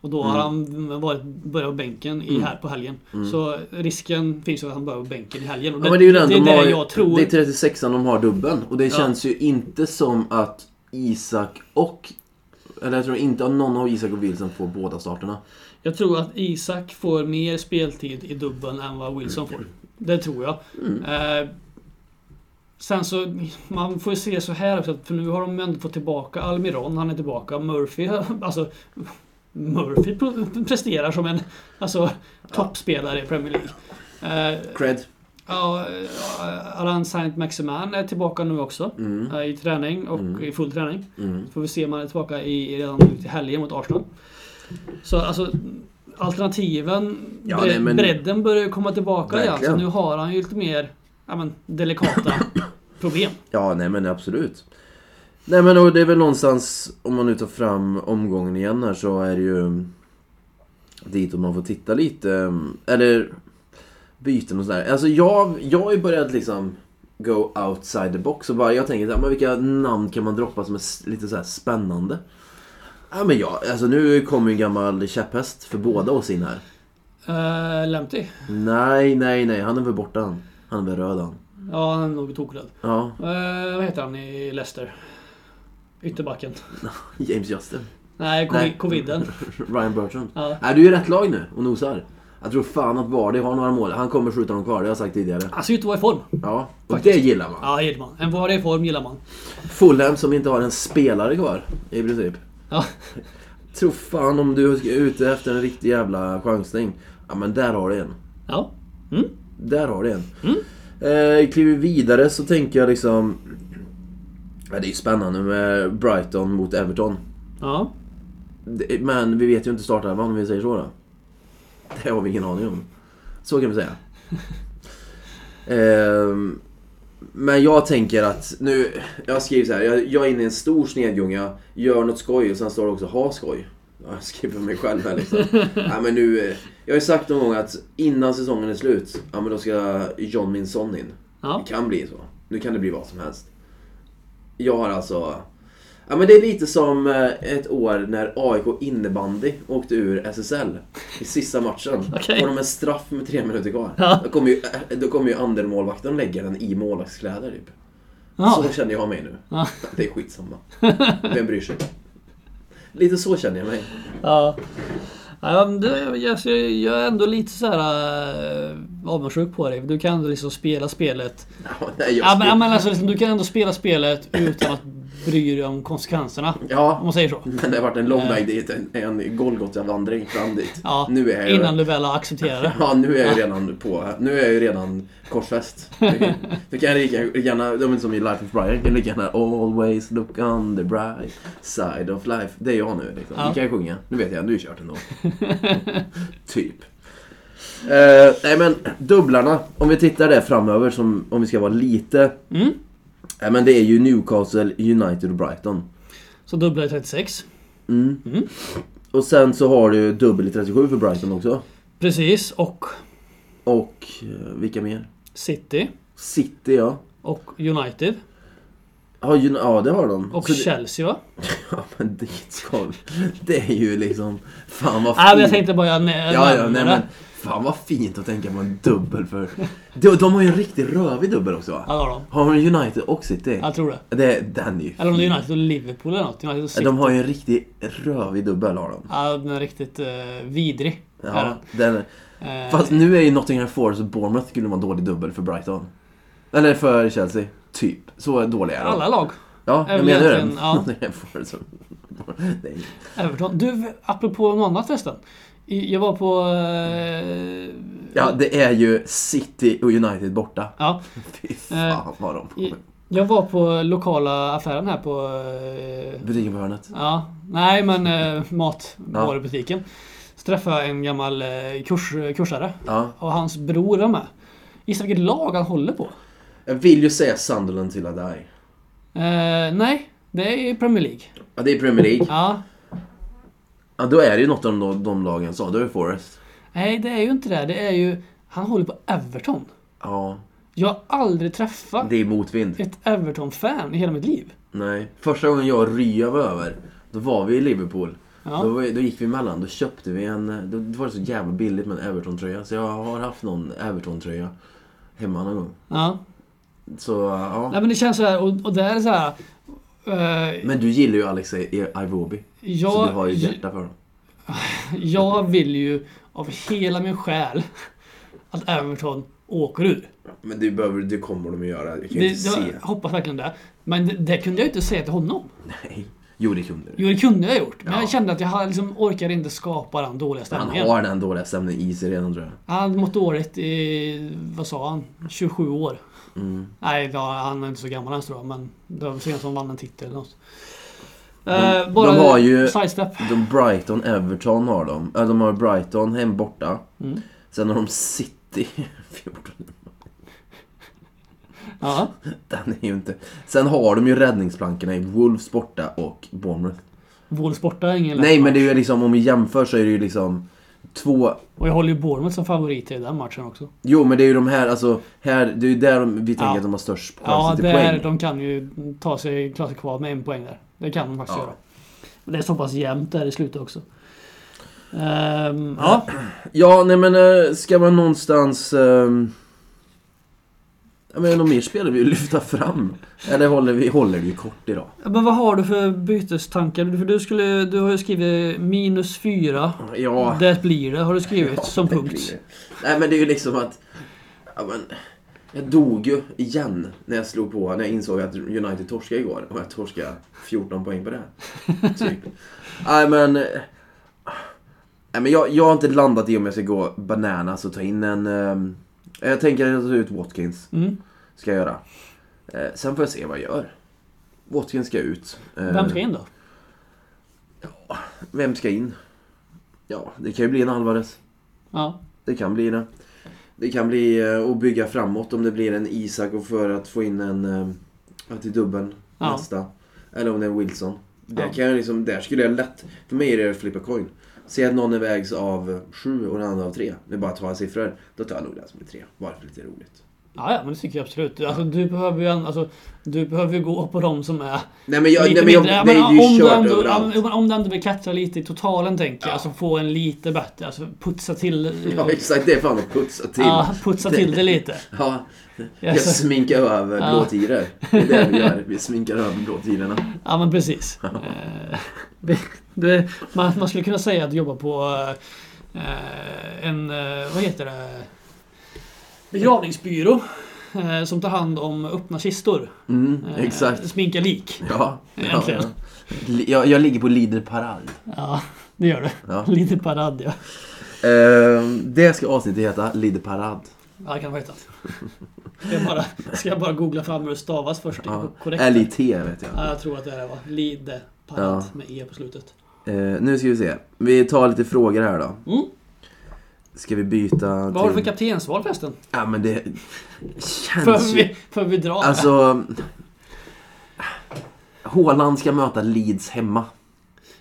Speaker 1: Och då har
Speaker 2: Mm.
Speaker 1: han varit, börjat på bänken i, här på helgen. Så risken finns ju att han börjar på bänken i helgen. Och
Speaker 2: Ja, men det är ju den
Speaker 1: det,
Speaker 2: de
Speaker 1: är
Speaker 2: har,
Speaker 1: det jag tror.
Speaker 2: Det är 36an de har dubben. Och det
Speaker 1: Ja.
Speaker 2: känns ju inte som att Isak och... Eller jag tror inte att någon av Isak och Wilson får båda starterna.
Speaker 1: Jag tror att Isak får mer speltid i dubbeln än vad Wilson får. Det tror jag. Eh, sen så, man får ju se så här också, att- för nu har de ju ändå fått tillbaka Almiron, han är tillbaka. Murphy, alltså... Murphy pro- presterar som en alltså, toppspelare i Premier League. Eh,
Speaker 2: Cred.
Speaker 1: ja, eh, Alain Saint-Maximin är tillbaka nu också.
Speaker 2: Mm.
Speaker 1: eh, I träning och i full träning.
Speaker 2: Mm.
Speaker 1: Får vi se om han är tillbaka i, redan nu till helgen mot Arsenal. Så alltså alternativen,
Speaker 2: Ja,
Speaker 1: bre-
Speaker 2: nej, men-
Speaker 1: bredden börjar ju komma tillbaka igen. Så
Speaker 2: Verkligen.
Speaker 1: nu har han ju lite mer ja, men, delikata problem.
Speaker 2: Ja, nej men absolut. Nej men och det är väl någonstans, om man nu tar fram omgången igen här så är det ju dit om man får titta lite. eh, Eller byten och sådär. Alltså jag, jag har ju börjat liksom go outside the box och bara jag tänker så här, men vilka namn kan man droppa som är s- lite så här spännande? Ja men jag, alltså nu kommer ju en gammal käpphäst för båda oss in här.
Speaker 1: Uh, Lemty?
Speaker 2: Nej, nej, nej, han är väl borta han. Han är väl röd han.
Speaker 1: Ja, han är nog tokrädd.
Speaker 2: Ja,
Speaker 1: Eh, vad heter han i Leicester? Ytterbacken.
Speaker 2: James Justin.
Speaker 1: Nej, covi-
Speaker 2: Nej.
Speaker 1: coviden.
Speaker 2: Ryan Bertrand.
Speaker 1: Ja.
Speaker 2: Nej, du är i rätt lag nu och nosar. Jag tror fan att Vardy har några mål. Han kommer skjuta dem kvar, det har jag sagt tidigare.
Speaker 1: Han ser ut att vara Alltså, i form.
Speaker 2: Ja, och det
Speaker 1: Faktiskt.
Speaker 2: gillar man.
Speaker 1: Ja, det gillar man. En vardag i form gillar man.
Speaker 2: Fulham som inte har en spelare kvar, i princip.
Speaker 1: Ja.
Speaker 2: tror fan om du är ute efter en riktig jävla chansning. Ja men där har du en.
Speaker 1: Ja. Mm.
Speaker 2: Där har du en. Eh, kliver vi vidare så tänker jag liksom... Ja, det är ju spännande med Brighton mot Everton.
Speaker 1: Ja.
Speaker 2: Det- Men vi vet ju inte startelvan om vi säger så då. Det har vi ingen aning om. Så kan vi säga. Ehm, men jag tänker att nu... Jag skriver så här. Jag, jag är inne i en stor snedgunga. Gör något skoj och sen står det också ha skoj. Jag skriver mig själv här liksom. ja, men nu, eh, jag har ju sagt någon gång att innan säsongen är slut, ja men då ska John Minson in.
Speaker 1: Ja.
Speaker 2: Det kan bli så. Nu kan det bli vad som helst. Jag har alltså... Ja men det är lite som eh, ett år när AIK innebandy åkte ur SSL i sista matchen.
Speaker 1: Okej.
Speaker 2: Och de en straff med tre minuter kvar.
Speaker 1: Ja.
Speaker 2: Då kommer ju, eh, då kommer ju andelmålvakten lägga den i målvaktskläder typ.
Speaker 1: Ja.
Speaker 2: Så känner jag mig nu.
Speaker 1: Ja.
Speaker 2: Det är skitsamma. Vem bryr sig? Lite så känner jag mig.
Speaker 1: Ja. Ja, men det, jag, jag- jag är ändå lite så här äh, avundsjuk på dig. Du kan ändå liksom spela spelet.
Speaker 2: Ja, nej, jag
Speaker 1: Ja, men, ja,
Speaker 2: skulle-
Speaker 1: men alltså, liksom, du kan ändå spela spelet utan att bry dig om konsekvenserna. Om
Speaker 2: ja,
Speaker 1: man säger så.
Speaker 2: men det har varit en lång väg dit. En, en Golgotavandring fram dit.
Speaker 1: Ja,
Speaker 2: nu är jag
Speaker 1: innan du väl har accepterat det.
Speaker 2: Ja, nu är jag ju redan på. Nu är jag ju redan korsfäst. Du kan jag lika gärna, de är som i Life of Brian, jag kan lika gärna Always look on the bright side of life. Det är jag nu liksom.
Speaker 1: Ja.
Speaker 2: Nu kan jag sjunga. Nu vet jag, nu är det kört ändå. typ. Eh, nej men, dubblarna. Om vi tittar där framöver, som, om vi ska vara lite...
Speaker 1: Mm.
Speaker 2: Nej men det är ju Newcastle, United och Brighton.
Speaker 1: Så dubblar jag 36.
Speaker 2: Mm.
Speaker 1: Mm.
Speaker 2: Och sen så har du dubbel i 37 för Brighton också.
Speaker 1: Precis. Och
Speaker 2: Och eh, vilka mer?
Speaker 1: City.
Speaker 2: City ja.
Speaker 1: Och United.
Speaker 2: Ja, ju- ja det har de.
Speaker 1: Och
Speaker 2: Så det,
Speaker 1: Chelsea va?
Speaker 2: ja, men dit ska vi. Det är ju liksom... Fan vad fint.
Speaker 1: Ja, men jag tänkte bara jag nä-
Speaker 2: ja, ja,
Speaker 1: nämna
Speaker 2: nej,
Speaker 1: det.
Speaker 2: men, Fan vad fint att tänka på en dubbel för... De, de har ju en riktigt rövig dubbel också va?
Speaker 1: Ja, det har de.
Speaker 2: Har de United och City?
Speaker 1: Jag tror det.
Speaker 2: Det, den är ju
Speaker 1: Eller om det
Speaker 2: fin.
Speaker 1: är United och Liverpool eller något. United och City.
Speaker 2: De har ju en riktigt rövig dubbel har de.
Speaker 1: Ja, den är riktigt eh, vidrig. är
Speaker 2: Ja,
Speaker 1: den.
Speaker 2: den, är-
Speaker 1: Eh,
Speaker 2: fast nu är ju Nottingham Forest och Bournemouth skulle vara en dålig dubbel för Brighton. Eller för Chelsea. Typ. Så dåliga är de.
Speaker 1: Alla lag.
Speaker 2: Ja,
Speaker 1: är
Speaker 2: jag
Speaker 1: väl
Speaker 2: menar ju det.
Speaker 1: egentligen- ja.
Speaker 2: Nottingham Forest och Bournemouth. Det är-
Speaker 1: Everton. Du, apropå något annat förresten. I- Jag var på... eh,
Speaker 2: Ja, det är ju City och United borta.
Speaker 1: ja.
Speaker 2: Fy fan vad de på
Speaker 1: i- Jag var på lokala affären här på... eh,
Speaker 2: Butiken på hörnet.
Speaker 1: ja. Nej, men eh,
Speaker 2: Ja.
Speaker 1: matvarubutiken. Så träffade jag en gammal eh, kurs, kursare.
Speaker 2: Ja.
Speaker 1: Och hans bror var med. Gissa vilket lag han håller på?
Speaker 2: Jag vill ju säga Sunderland till Adai.
Speaker 1: Eh, nej, det är Premier League.
Speaker 2: Ja, det är Premier League.
Speaker 1: Ja.
Speaker 2: Ja, då är det ju något av de, de lagen sa. Då är det Forest.
Speaker 1: Nej, det är ju inte det. Det är ju... Han håller på Everton.
Speaker 2: Ja,
Speaker 1: Jag har aldrig träffat
Speaker 2: det är motvind.
Speaker 1: ett Everton-fan i hela mitt liv.
Speaker 2: Nej. Första gången jag och Rya var över, då var vi i Liverpool.
Speaker 1: Ja.
Speaker 2: Då, var, då gick vi emellan. Då köpte vi en... eh, Då, då var det så jävla billigt med en Everton-tröja. Så jag har haft någon Everton-tröja hemma någon gång.
Speaker 1: Ja.
Speaker 2: Så, ja.
Speaker 1: Nej men det känns så här och, och det är så här. eh,
Speaker 2: Men du gillar ju Alexej Iwobi. Så du har
Speaker 1: jag,
Speaker 2: ju hjärta för dem.
Speaker 1: jag vill ju av hela min själ att Everton åker ur.
Speaker 2: Men det, behöver, det kommer de att göra. Jag kan ju
Speaker 1: Det,
Speaker 2: inte se.
Speaker 1: jag hoppas verkligen det. Men det, det kunde jag ju inte säga till honom.
Speaker 2: Nej. Jo, det kunde du.
Speaker 1: Jo, det kunde jag gjort. Men
Speaker 2: Ja.
Speaker 1: jag kände att jag hade liksom orkade inte skapa den dåliga
Speaker 2: Han
Speaker 1: stämningen.
Speaker 2: har den dåliga stämningen i sig redan tror jag.
Speaker 1: Han mått dåligt i, vad sa han, 27 år.
Speaker 2: Mm.
Speaker 1: Nej, ja, han är inte så gammal ens tror jag. Men det var senast han vann en titel eller något.
Speaker 2: De-
Speaker 1: Eh, bara
Speaker 2: de har ju-
Speaker 1: sidestep.
Speaker 2: De Brighton, Everton har de. Äh, de har Brighton hem borta.
Speaker 1: Mm.
Speaker 2: Sen har de City 14.
Speaker 1: Ja.
Speaker 2: Den är ju inte... Sen har de ju räddningsplankorna i Wolves borta och Bournemouth.
Speaker 1: Wolves borta är ingen lätt
Speaker 2: Nej, men
Speaker 1: match.
Speaker 2: det är ju liksom om vi jämför så är det ju liksom två...
Speaker 1: Och jag håller ju Bournemouth som favorit i den matchen också.
Speaker 2: Jo, men det är ju de här, alltså... Här, det är ju där de, vi tänker
Speaker 1: Ja.
Speaker 2: att de har störst chans
Speaker 1: Ja,
Speaker 2: till
Speaker 1: där,
Speaker 2: poäng.
Speaker 1: de kan ju ta sig klara sig kvar med en poäng där. Det kan de faktiskt
Speaker 2: Ja.
Speaker 1: göra. Men det är så pass jämnt där i slutet också. Ehm, ja.
Speaker 2: Ja, nej men eh, ska man någonstans... ehm, Jag menar, något mer spelare vi vill lyfta fram? Eller håller vi, håller vi kort idag?
Speaker 1: Men vad har du för bytestankar? För du, skulle, du har ju skrivit minus fyra.
Speaker 2: Ja,
Speaker 1: Det blir det, har du skrivit
Speaker 2: ja,
Speaker 1: som
Speaker 2: det
Speaker 1: punkt.
Speaker 2: blir det. Nej men det är ju liksom att... Ja, men, Jag dog ju igen när jag slog på, när jag insåg att United torskade igår. Och jag torskade 14 poäng på det. Typ. Nej men... Nej, men jag, jag har inte landat i om jag ska gå bananas och ta in en... ehm, jag tänker att jag tar ut Watkins.
Speaker 1: Mm.
Speaker 2: Ska jag göra. Eh, sen får jag se vad jag gör. Watkins ska ut. Eh,
Speaker 1: Vem ska in då?
Speaker 2: Vem ska in? Ja, det kan ju bli en Alvarez.
Speaker 1: Ja.
Speaker 2: Det kan bli det. Det kan bli eh, att bygga framåt om det blir en Isak och för att få in en eh, ja, till dubben
Speaker 1: Ja.
Speaker 2: nästa. Eller om det är Wilson. Där,
Speaker 1: Ja.
Speaker 2: kan jag liksom, där skulle jag lätt... För mig är det att flippa coin. Se att någon är vägs av sju och den andra av tre. Det är bara att ta siffror. Då tar jag nog den som är tre. Bara för lite roligt.
Speaker 1: Ja, ja, men det tycker jag absolut. Alltså, du behöver ju en, alltså, du behöver ju gå på de som är
Speaker 2: Nej men jag... Nej,
Speaker 1: lite
Speaker 2: men jag
Speaker 1: mindre. Ja,
Speaker 2: nej,
Speaker 1: men
Speaker 2: det är ju
Speaker 1: om,
Speaker 2: kört
Speaker 1: du ändå,
Speaker 2: överallt.
Speaker 1: om, om du ändå vill klättra lite i totalen tänker jag. Alltså få en lite bättre. Alltså putsa till.
Speaker 2: Ja exakt, det är fan att putsa till.
Speaker 1: Ja, putsa till det lite.
Speaker 2: Ja, jag
Speaker 1: Yes.
Speaker 2: sminkar över
Speaker 1: Ja.
Speaker 2: blåtiror. Det är det vi gör. Vi sminkar över blåtirorna.
Speaker 1: Ja men precis. Eh, det, det, man, man skulle kunna säga att jobba på eh, en, eh, vad heter det, begravningsbyrå. eh, Som tar hand om öppna kistor.
Speaker 2: Mm,
Speaker 1: Eh,
Speaker 2: exakt.
Speaker 1: Sminka lik.
Speaker 2: Ja. ja,
Speaker 1: Äntligen.
Speaker 2: ja. Li- Jag, jag ligger på Lider Parad.
Speaker 1: Ja, det gör det.
Speaker 2: Ja. Ehm,
Speaker 1: Lite parad ja.
Speaker 2: det ska avsnittet heta, Lider Parad.
Speaker 1: Ja, det kan vara hittat. Jag bara, ska jag bara googla fram hur det stavas först? Det är
Speaker 2: Ja.
Speaker 1: korrekt.
Speaker 2: LIT vet jag.
Speaker 1: Ja, jag tror att det är det va? Lide parad
Speaker 2: Ja.
Speaker 1: med E på slutet.
Speaker 2: Eh, nu ska vi se. Vi tar lite frågor här då.
Speaker 1: Mm.
Speaker 2: Ska vi byta
Speaker 1: Vad har du för kaptensval förresten?
Speaker 2: Ja men det
Speaker 1: För
Speaker 2: känns ju...
Speaker 1: vi, för vi drar.
Speaker 2: Alltså... Haaland ska möta Leeds hemma.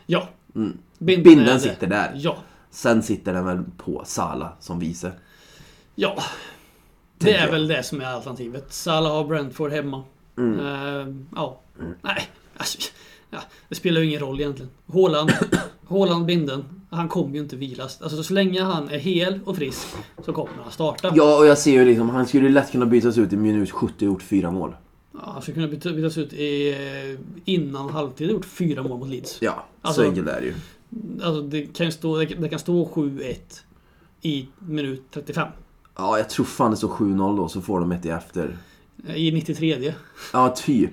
Speaker 1: Ja.
Speaker 2: Mm.
Speaker 1: Binden, är det.
Speaker 2: Binden sitter där.
Speaker 1: Ja.
Speaker 2: Sen sitter den väl på Sala som vice.
Speaker 1: Ja. Det
Speaker 2: Tänker
Speaker 1: är
Speaker 2: jag.
Speaker 1: väl det som är alternativet. Salah har Brentford hemma.
Speaker 2: Mm.
Speaker 1: Ehm, ja. Nej. Alltså, ja. Det spelar ju ingen roll egentligen. Haaland, Haaland binden. Han kommer ju inte vilas. Alltså så länge han är hel och frisk så kommer han starta.
Speaker 2: Ja och jag ser ju liksom, han skulle lätt kunna bytas ut i minut 70 och gjort fyra mål.
Speaker 1: Ja, han skulle kunna byta- bytas ut i, eh, innan halvtid. Gjort fyra mål mot Leeds.
Speaker 2: Ja,
Speaker 1: Alltså-
Speaker 2: så enkelt är det ju.
Speaker 1: Alltså det kan ju stå, det kan- det kan stå 7-1 i minut 35.
Speaker 2: Ja, jag tror fan det står 7-0 då, så får de ett i efter.
Speaker 1: Eh, I 93.
Speaker 2: Ja, typ.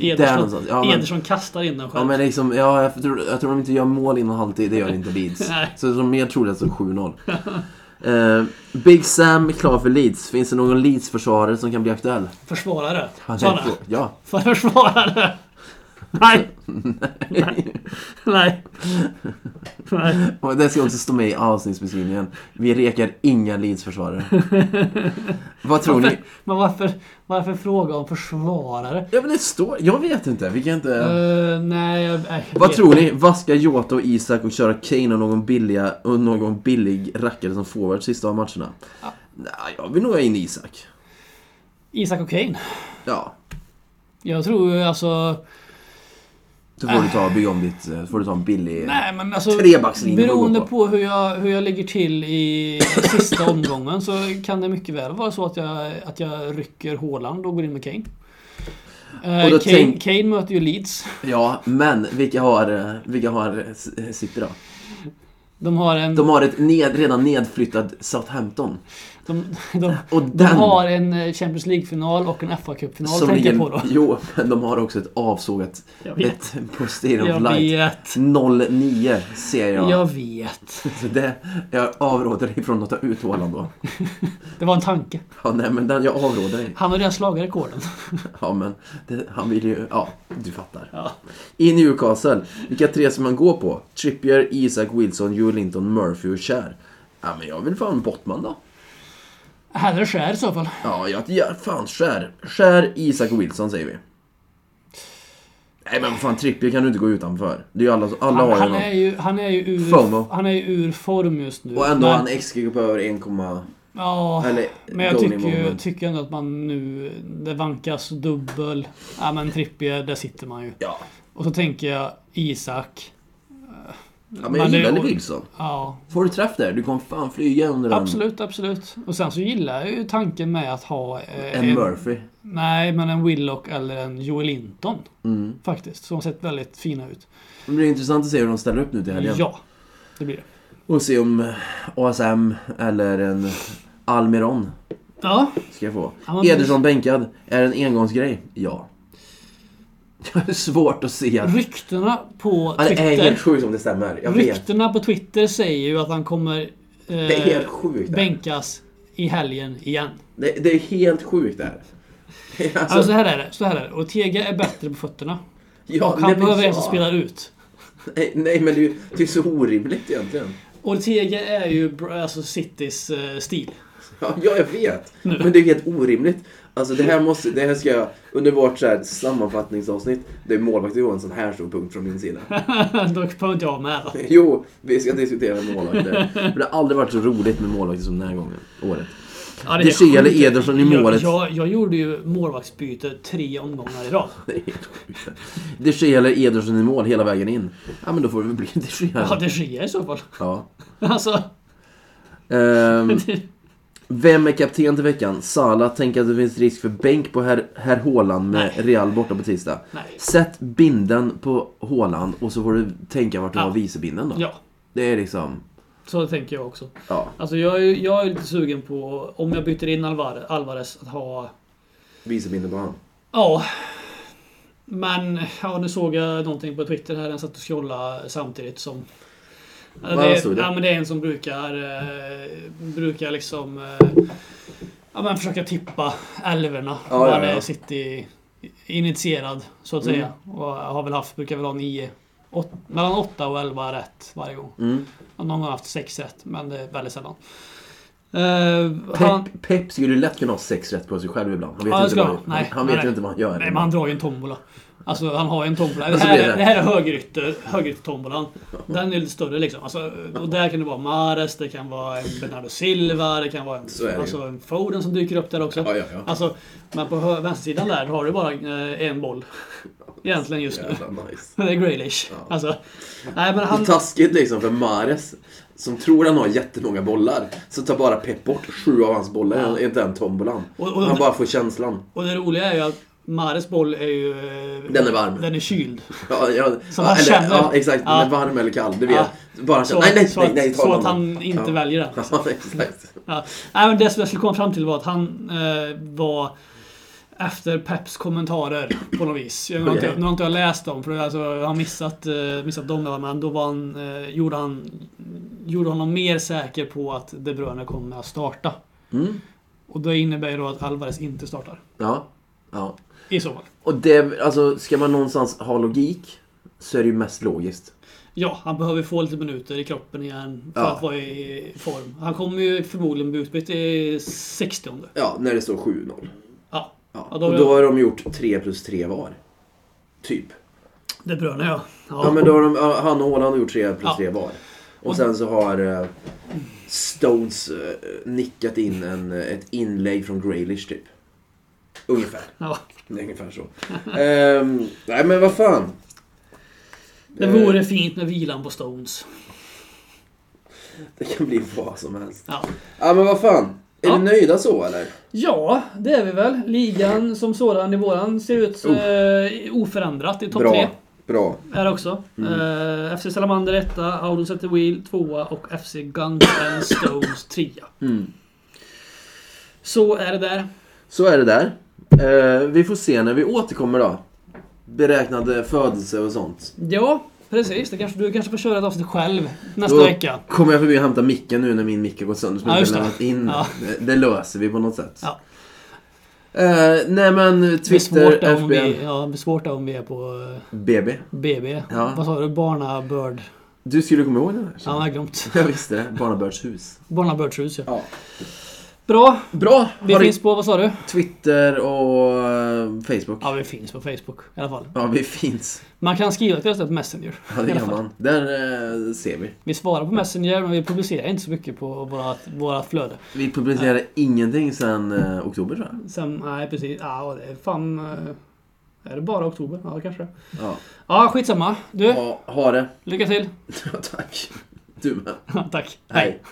Speaker 1: Ederson,
Speaker 2: någonstans. Ja, men-
Speaker 1: Ederson kastar in den själv.
Speaker 2: Ja, men liksom, ja, jag, tror, jag tror de inte gör mål innan halvtid, det gör inte Leeds.
Speaker 1: Nej.
Speaker 2: så de är mer troligt att det står 7-0. Eh, Big Sam är klar för Leeds. Finns det någon Leeds-försvarare som kan bli aktuell?
Speaker 1: Försvarare.
Speaker 2: Han
Speaker 1: Sa han
Speaker 2: är-
Speaker 1: det?
Speaker 2: Ja.
Speaker 1: För försvarare. Nej. Nej. Nej.
Speaker 2: Och det ska också stå med i avsnittsbeskrivningen. Vi rekar inga Leeds-försvarare. Vad tror ni?
Speaker 1: Men varför, varför fråga om försvarare?
Speaker 2: Ja, men det står... Jag vet inte. Vi kan inte... Mm.
Speaker 1: Eh, nej, jag, nej, jag
Speaker 2: Vad
Speaker 1: vet.
Speaker 2: tror ni? Vaska Jota och Isak och köra Kane och någon, billiga, och någon billig rackare som forward sista av matcherna?
Speaker 1: Ja.
Speaker 2: Nej, jag vill nog ha in Isak.
Speaker 1: Isak och Kane.
Speaker 2: Ja.
Speaker 1: Jag tror ju alltså...
Speaker 2: Då får du ta, bygga om ditt, eh, får du ta en billig...
Speaker 1: Nej men alltså...
Speaker 2: Trebackslinjen får
Speaker 1: Beroende
Speaker 2: gå på.
Speaker 1: på hur jag, hur jag ligger till i sista omgången så kan det mycket väl vara så att jag, att jag rycker Haaland och går in med Kane. Eh,
Speaker 2: Och då
Speaker 1: Kane,
Speaker 2: tänk-
Speaker 1: Kane möter ju Leeds.
Speaker 2: Ja, men vilka har, eh, vilka har eh, S- eh, City då?
Speaker 1: De har en...
Speaker 2: De har ett ned, redan nedflyttat Southampton.
Speaker 1: De, de,
Speaker 2: Och
Speaker 1: de
Speaker 2: den...
Speaker 1: har en eh, Champions League-final och en FA-cupfinal tänker jag på då.
Speaker 2: Jo, men de har också ett avsågat...
Speaker 1: Jag vet.
Speaker 2: Ett Posterior of
Speaker 1: Jag
Speaker 2: Light.
Speaker 1: vet.
Speaker 2: 09 ser jag.
Speaker 1: Jag vet.
Speaker 2: Så det, jag avråder dig från att ta ut Haaland då.
Speaker 1: Det var en tanke.
Speaker 2: Ja, nej, men den, jag avråder dig.
Speaker 1: Han har redan slagit rekorden.
Speaker 2: Ja, men det, han vill ju... Ja, du fattar.
Speaker 1: Ja.
Speaker 2: I Newcastle, vilka tre ska man gå på? Trippier, Isak, Wilson, Joe Linton, Murphy och Cher. Ja, men jag vill fan Bottman då.
Speaker 1: Hellre skär i så fall.
Speaker 2: Ja, jag ja, fan Cher. Cher, Isak och Wilson säger vi. Nej, men vad fan Trippier kan du inte gå utanför. Det är ju alla, alla
Speaker 1: Han,
Speaker 2: har ju
Speaker 1: han,
Speaker 2: någon.
Speaker 1: är, ju, han, är, ju
Speaker 2: FOMO.
Speaker 1: ur, han är ju ur form just nu.
Speaker 2: Och ändå
Speaker 1: Men-
Speaker 2: har han XG på över 1,
Speaker 1: Ja,
Speaker 2: eller
Speaker 1: men jag
Speaker 2: goal
Speaker 1: tycker, ju,
Speaker 2: involvement.
Speaker 1: tycker ändå att man nu... Det vankas dubbel. Ja men Trippier, där sitter man ju.
Speaker 2: Ja.
Speaker 1: Och så tänker jag Isak.
Speaker 2: ja, men
Speaker 1: Men
Speaker 2: jag
Speaker 1: det-
Speaker 2: gillar Wilson.
Speaker 1: Ja,
Speaker 2: Får du träff där, du kommer fan flyga under den.
Speaker 1: absolut, absolut. Och sen så gillar jag ju tanken med att ha... eh,
Speaker 2: En Murphy.
Speaker 1: Nej, men en Willock eller en Joel Linton.
Speaker 2: Mm.
Speaker 1: Faktiskt. Som har sett väldigt fina ut.
Speaker 2: Det blir intressant att se hur de ställer upp nu till helgen.
Speaker 1: Ja, det blir det.
Speaker 2: Och se om ASM eller en Almiron
Speaker 1: Ja,
Speaker 2: Ska jag få.
Speaker 1: Ja, men-
Speaker 2: Ederson bänkad. Är det en engångsgrej? Ja. Jag har svårt att se att...
Speaker 1: ryktena på
Speaker 2: Ja, det är helt
Speaker 1: Twitter.
Speaker 2: sjukt om det stämmer. Jag vet.
Speaker 1: Ryktena på Twitter säger ju att han kommer eh,
Speaker 2: Det är helt sjukt. det här.
Speaker 1: bänkas i helgen igen.
Speaker 2: Det, det är helt sjukt det här. Det är Alltså,
Speaker 1: Alltså, så här är det. Så här är det. Och Tega är bättre på fötterna.
Speaker 2: ja,
Speaker 1: och
Speaker 2: nej,
Speaker 1: han
Speaker 2: men
Speaker 1: behöver
Speaker 2: ja.
Speaker 1: en som spelar ut.
Speaker 2: Nej, nej men det är, ju, det är så orimligt egentligen.
Speaker 1: Ortega är ju br- alltså Citys eh, stil.
Speaker 2: Ja, ja, jag vet. Men det är helt orimligt. Alltså det här måste, det här ska jag, under vårt så här sammanfattningsavsnitt, det är målvakt Johansson här står punkt från min sida.
Speaker 1: Då behöver inte jag med. då.
Speaker 2: Jo, vi ska diskutera målvakter. Men det har aldrig varit så roligt med målvakter som den här gången, året.
Speaker 1: Ja,
Speaker 2: De Gea eller
Speaker 1: sjukt.
Speaker 2: Ederson i målet.
Speaker 1: Jag, jag, jag gjorde ju målvaktsbyte tre omgångar i rad.
Speaker 2: Det är helt sjukt. De Gea eller Ederson i mål hela vägen in. Ja, men då får det väl bli De
Speaker 1: Ja,
Speaker 2: Gea.
Speaker 1: det Gea i så fall.
Speaker 2: Ja.
Speaker 1: Alltså,
Speaker 2: Ehm, vem är kapten till veckan? Sala tänker att det finns risk för bänk på herr, herr Haaland med Real borta på tisdag.
Speaker 1: nej.
Speaker 2: Sätt binden på Haaland och så får du tänka vart du
Speaker 1: Ja.
Speaker 2: har vicebinden då.
Speaker 1: Ja,
Speaker 2: Det är liksom,
Speaker 1: så tänker jag också.
Speaker 2: ja.
Speaker 1: Alltså jag är, ju- jag är lite sugen på, om jag byter in Alvar- Alvarez, att ha...
Speaker 2: Vicebinden på han.
Speaker 1: Ja. Men, ja nu såg jag någonting på Twitter här, den satt och scrollade samtidigt som... Ja,
Speaker 2: Vad
Speaker 1: det,
Speaker 2: såg
Speaker 1: är,
Speaker 2: du?
Speaker 1: ja, men det är en som brukar... Eh, brukar liksom... Eh, ja men försöka tippa älvorna.
Speaker 2: Ja,
Speaker 1: Och
Speaker 2: ja,
Speaker 1: han är
Speaker 2: ja.
Speaker 1: City initierad, så att
Speaker 2: Mm.
Speaker 1: säga. Och har väl haft, brukar väl ha nio... Åt, mellan åtta och elva rätt varje gång.
Speaker 2: Mm.
Speaker 1: Någon har haft sex rätt, men det är väldigt sällan. Eh, han,
Speaker 2: Pep, Pep skulle ju lätt kunna ha sex rätt på sig själv ibland. Han vet,
Speaker 1: Ja, det
Speaker 2: inte,
Speaker 1: skulle
Speaker 2: vad,
Speaker 1: han. Nej,
Speaker 2: han vet
Speaker 1: nej.
Speaker 2: ju inte vad han gör.
Speaker 1: nej, men han drar ju en tombola. Alltså han har ju en tombola. Det
Speaker 2: Alltså,
Speaker 1: här,
Speaker 2: det är
Speaker 1: är,
Speaker 2: det.
Speaker 1: det här är högerytter, högeryttertombolan. Den är lite större liksom. Alltså, och där kan det vara Mares, det kan vara en Bernardo Silva, det kan vara en,
Speaker 2: Så är det ju.
Speaker 1: alltså, en Foden som dyker upp där också.
Speaker 2: Ja, ja, ja.
Speaker 1: Alltså, men på hö- vänstersidan där har du bara eh, en boll. Egentligen just nu.
Speaker 2: Jävla nice.
Speaker 1: Det är Graylish.
Speaker 2: Ja.
Speaker 1: Alltså, nej, men han,
Speaker 2: Och taskigt liksom för Mares, som tror han har jättemånga bollar, så tar bara Pep bort sju av hans bollar,
Speaker 1: Ja.
Speaker 2: inte en tombolan.
Speaker 1: Och- och-
Speaker 2: han bara får känslan.
Speaker 1: och det roliga är ju att Mares boll är ju... eh,
Speaker 2: Den är varm.
Speaker 1: Den är kyld.
Speaker 2: Ja, ja,
Speaker 1: Som
Speaker 2: ja,
Speaker 1: han
Speaker 2: eller,
Speaker 1: känner.
Speaker 2: Ja, exakt. Den
Speaker 1: Ja.
Speaker 2: är varm eller kall, du vet.
Speaker 1: Ja.
Speaker 2: Bara
Speaker 1: Så,
Speaker 2: känner, Alltså, nej, nej,
Speaker 1: så,
Speaker 2: nej,
Speaker 1: att,
Speaker 2: nej, ta
Speaker 1: så
Speaker 2: den
Speaker 1: att
Speaker 2: annan.
Speaker 1: han inte
Speaker 2: Ja.
Speaker 1: väljer den.
Speaker 2: Ja, exakt.
Speaker 1: Ja. Nej, men det som jag skulle komma fram till var att han eh, var efter Peps kommentarer på något vis. Jag, nu, har inte,
Speaker 2: Okej.
Speaker 1: nu har inte jag läst dem, för alltså, jag har missat, eh, missat dem. där, Men då var han, eh, gjorde han gjorde honom mer säker på att De Bruyne kommer att starta.
Speaker 2: Mm.
Speaker 1: Och det innebär ju då att Alvarez inte startar.
Speaker 2: Ja. ja.
Speaker 1: I så fall.
Speaker 2: Och det, alltså, ska man någonstans ha logik så är det ju mest logiskt.
Speaker 1: Ja, han behöver få lite minuter i kroppen igen för
Speaker 2: Ja.
Speaker 1: att vara i form. Han kommer ju förmodligen bli utbytt i 60
Speaker 2: Ja, när det står 7-0.
Speaker 1: Ja,
Speaker 2: Ja.
Speaker 1: Ja, då-
Speaker 2: och då har de gjort 3 plus 3 var. Typ.
Speaker 1: De Bruyne ja.
Speaker 2: Ja, men då har de, ja, han och Haaland har gjort 3 plus
Speaker 1: Ja.
Speaker 2: 3 var. Och
Speaker 1: Och-
Speaker 2: sen så har eh, Stones eh, nickat in en, eh, ett inlägg från Graylish typ. Ungefär.
Speaker 1: ja.
Speaker 2: Det är ungefär så. Ehm, nej men vad fan.
Speaker 1: Det vore fint med vilan på Stones.
Speaker 2: Det kan bli vad som helst.
Speaker 1: Ja.
Speaker 2: Ja men vad fan. Är
Speaker 1: Ja.
Speaker 2: vi nöjda så eller?
Speaker 1: ja, det är vi väl. Ligan som sådan i våran ser ut eh, oförändrat i topp
Speaker 2: Bra.
Speaker 1: tre.
Speaker 2: Bra.
Speaker 1: Är det också. Eh, FC Salamander etta, Auron Set the Wheel tvåa och FC Guns and Stones trea. Så är det där.
Speaker 2: Så är det där. Eh, vi får se när vi återkommer då. Beräknade födelse och sånt.
Speaker 1: Ja, precis. Det kanske, du kanske får köra ett avsnitt själv nästa
Speaker 2: Då
Speaker 1: vecka.
Speaker 2: kommer jag förbi och hämta micken nu när min mick har gått sönder som
Speaker 1: Ja,
Speaker 2: jag inte
Speaker 1: just det.
Speaker 2: lämnat in.
Speaker 1: Ja.
Speaker 2: Det, det löser vi på något sätt.
Speaker 1: Ja.
Speaker 2: Eh, nej men
Speaker 1: Det blir svårt
Speaker 2: Twitter,
Speaker 1: där om
Speaker 2: FBL,
Speaker 1: vi, ja, det blir svårt där om vi är på eh,
Speaker 2: BB.
Speaker 1: BB.
Speaker 2: Ja.
Speaker 1: Vad sa du? Barnabörd?
Speaker 2: Du skulle komma ihåg den här?
Speaker 1: Ja, jag har glömt.
Speaker 2: Jag visste det. Barnabörds hus.
Speaker 1: Barnabördshus ja.
Speaker 2: Ja.
Speaker 1: Bra!
Speaker 2: Bra!
Speaker 1: Vi
Speaker 2: Har du
Speaker 1: finns på, vad sa du?
Speaker 2: Twitter och eh, Facebook.
Speaker 1: Ja, vi finns på Facebook i alla fall.
Speaker 2: Ja, vi finns.
Speaker 1: Man kan skriva till oss där på Messenger.
Speaker 2: Ja,
Speaker 1: i
Speaker 2: det
Speaker 1: alla
Speaker 2: kan
Speaker 1: fall.
Speaker 2: man. Där eh, ser vi.
Speaker 1: Vi svarar på Messenger, men vi publicerar inte så mycket på vårat, vårat flöde.
Speaker 2: Vi publicerade ingenting sedan eh, oktober tror jag.
Speaker 1: Sen, nej precis. Ja, det är fan... eh, Är det bara oktober? Ja, kanske.
Speaker 2: Ja.
Speaker 1: Ja, skitsamma. Du,
Speaker 2: Ha, ha det.
Speaker 1: lycka till.
Speaker 2: Tack. Du med.
Speaker 1: Tack.
Speaker 2: Hej.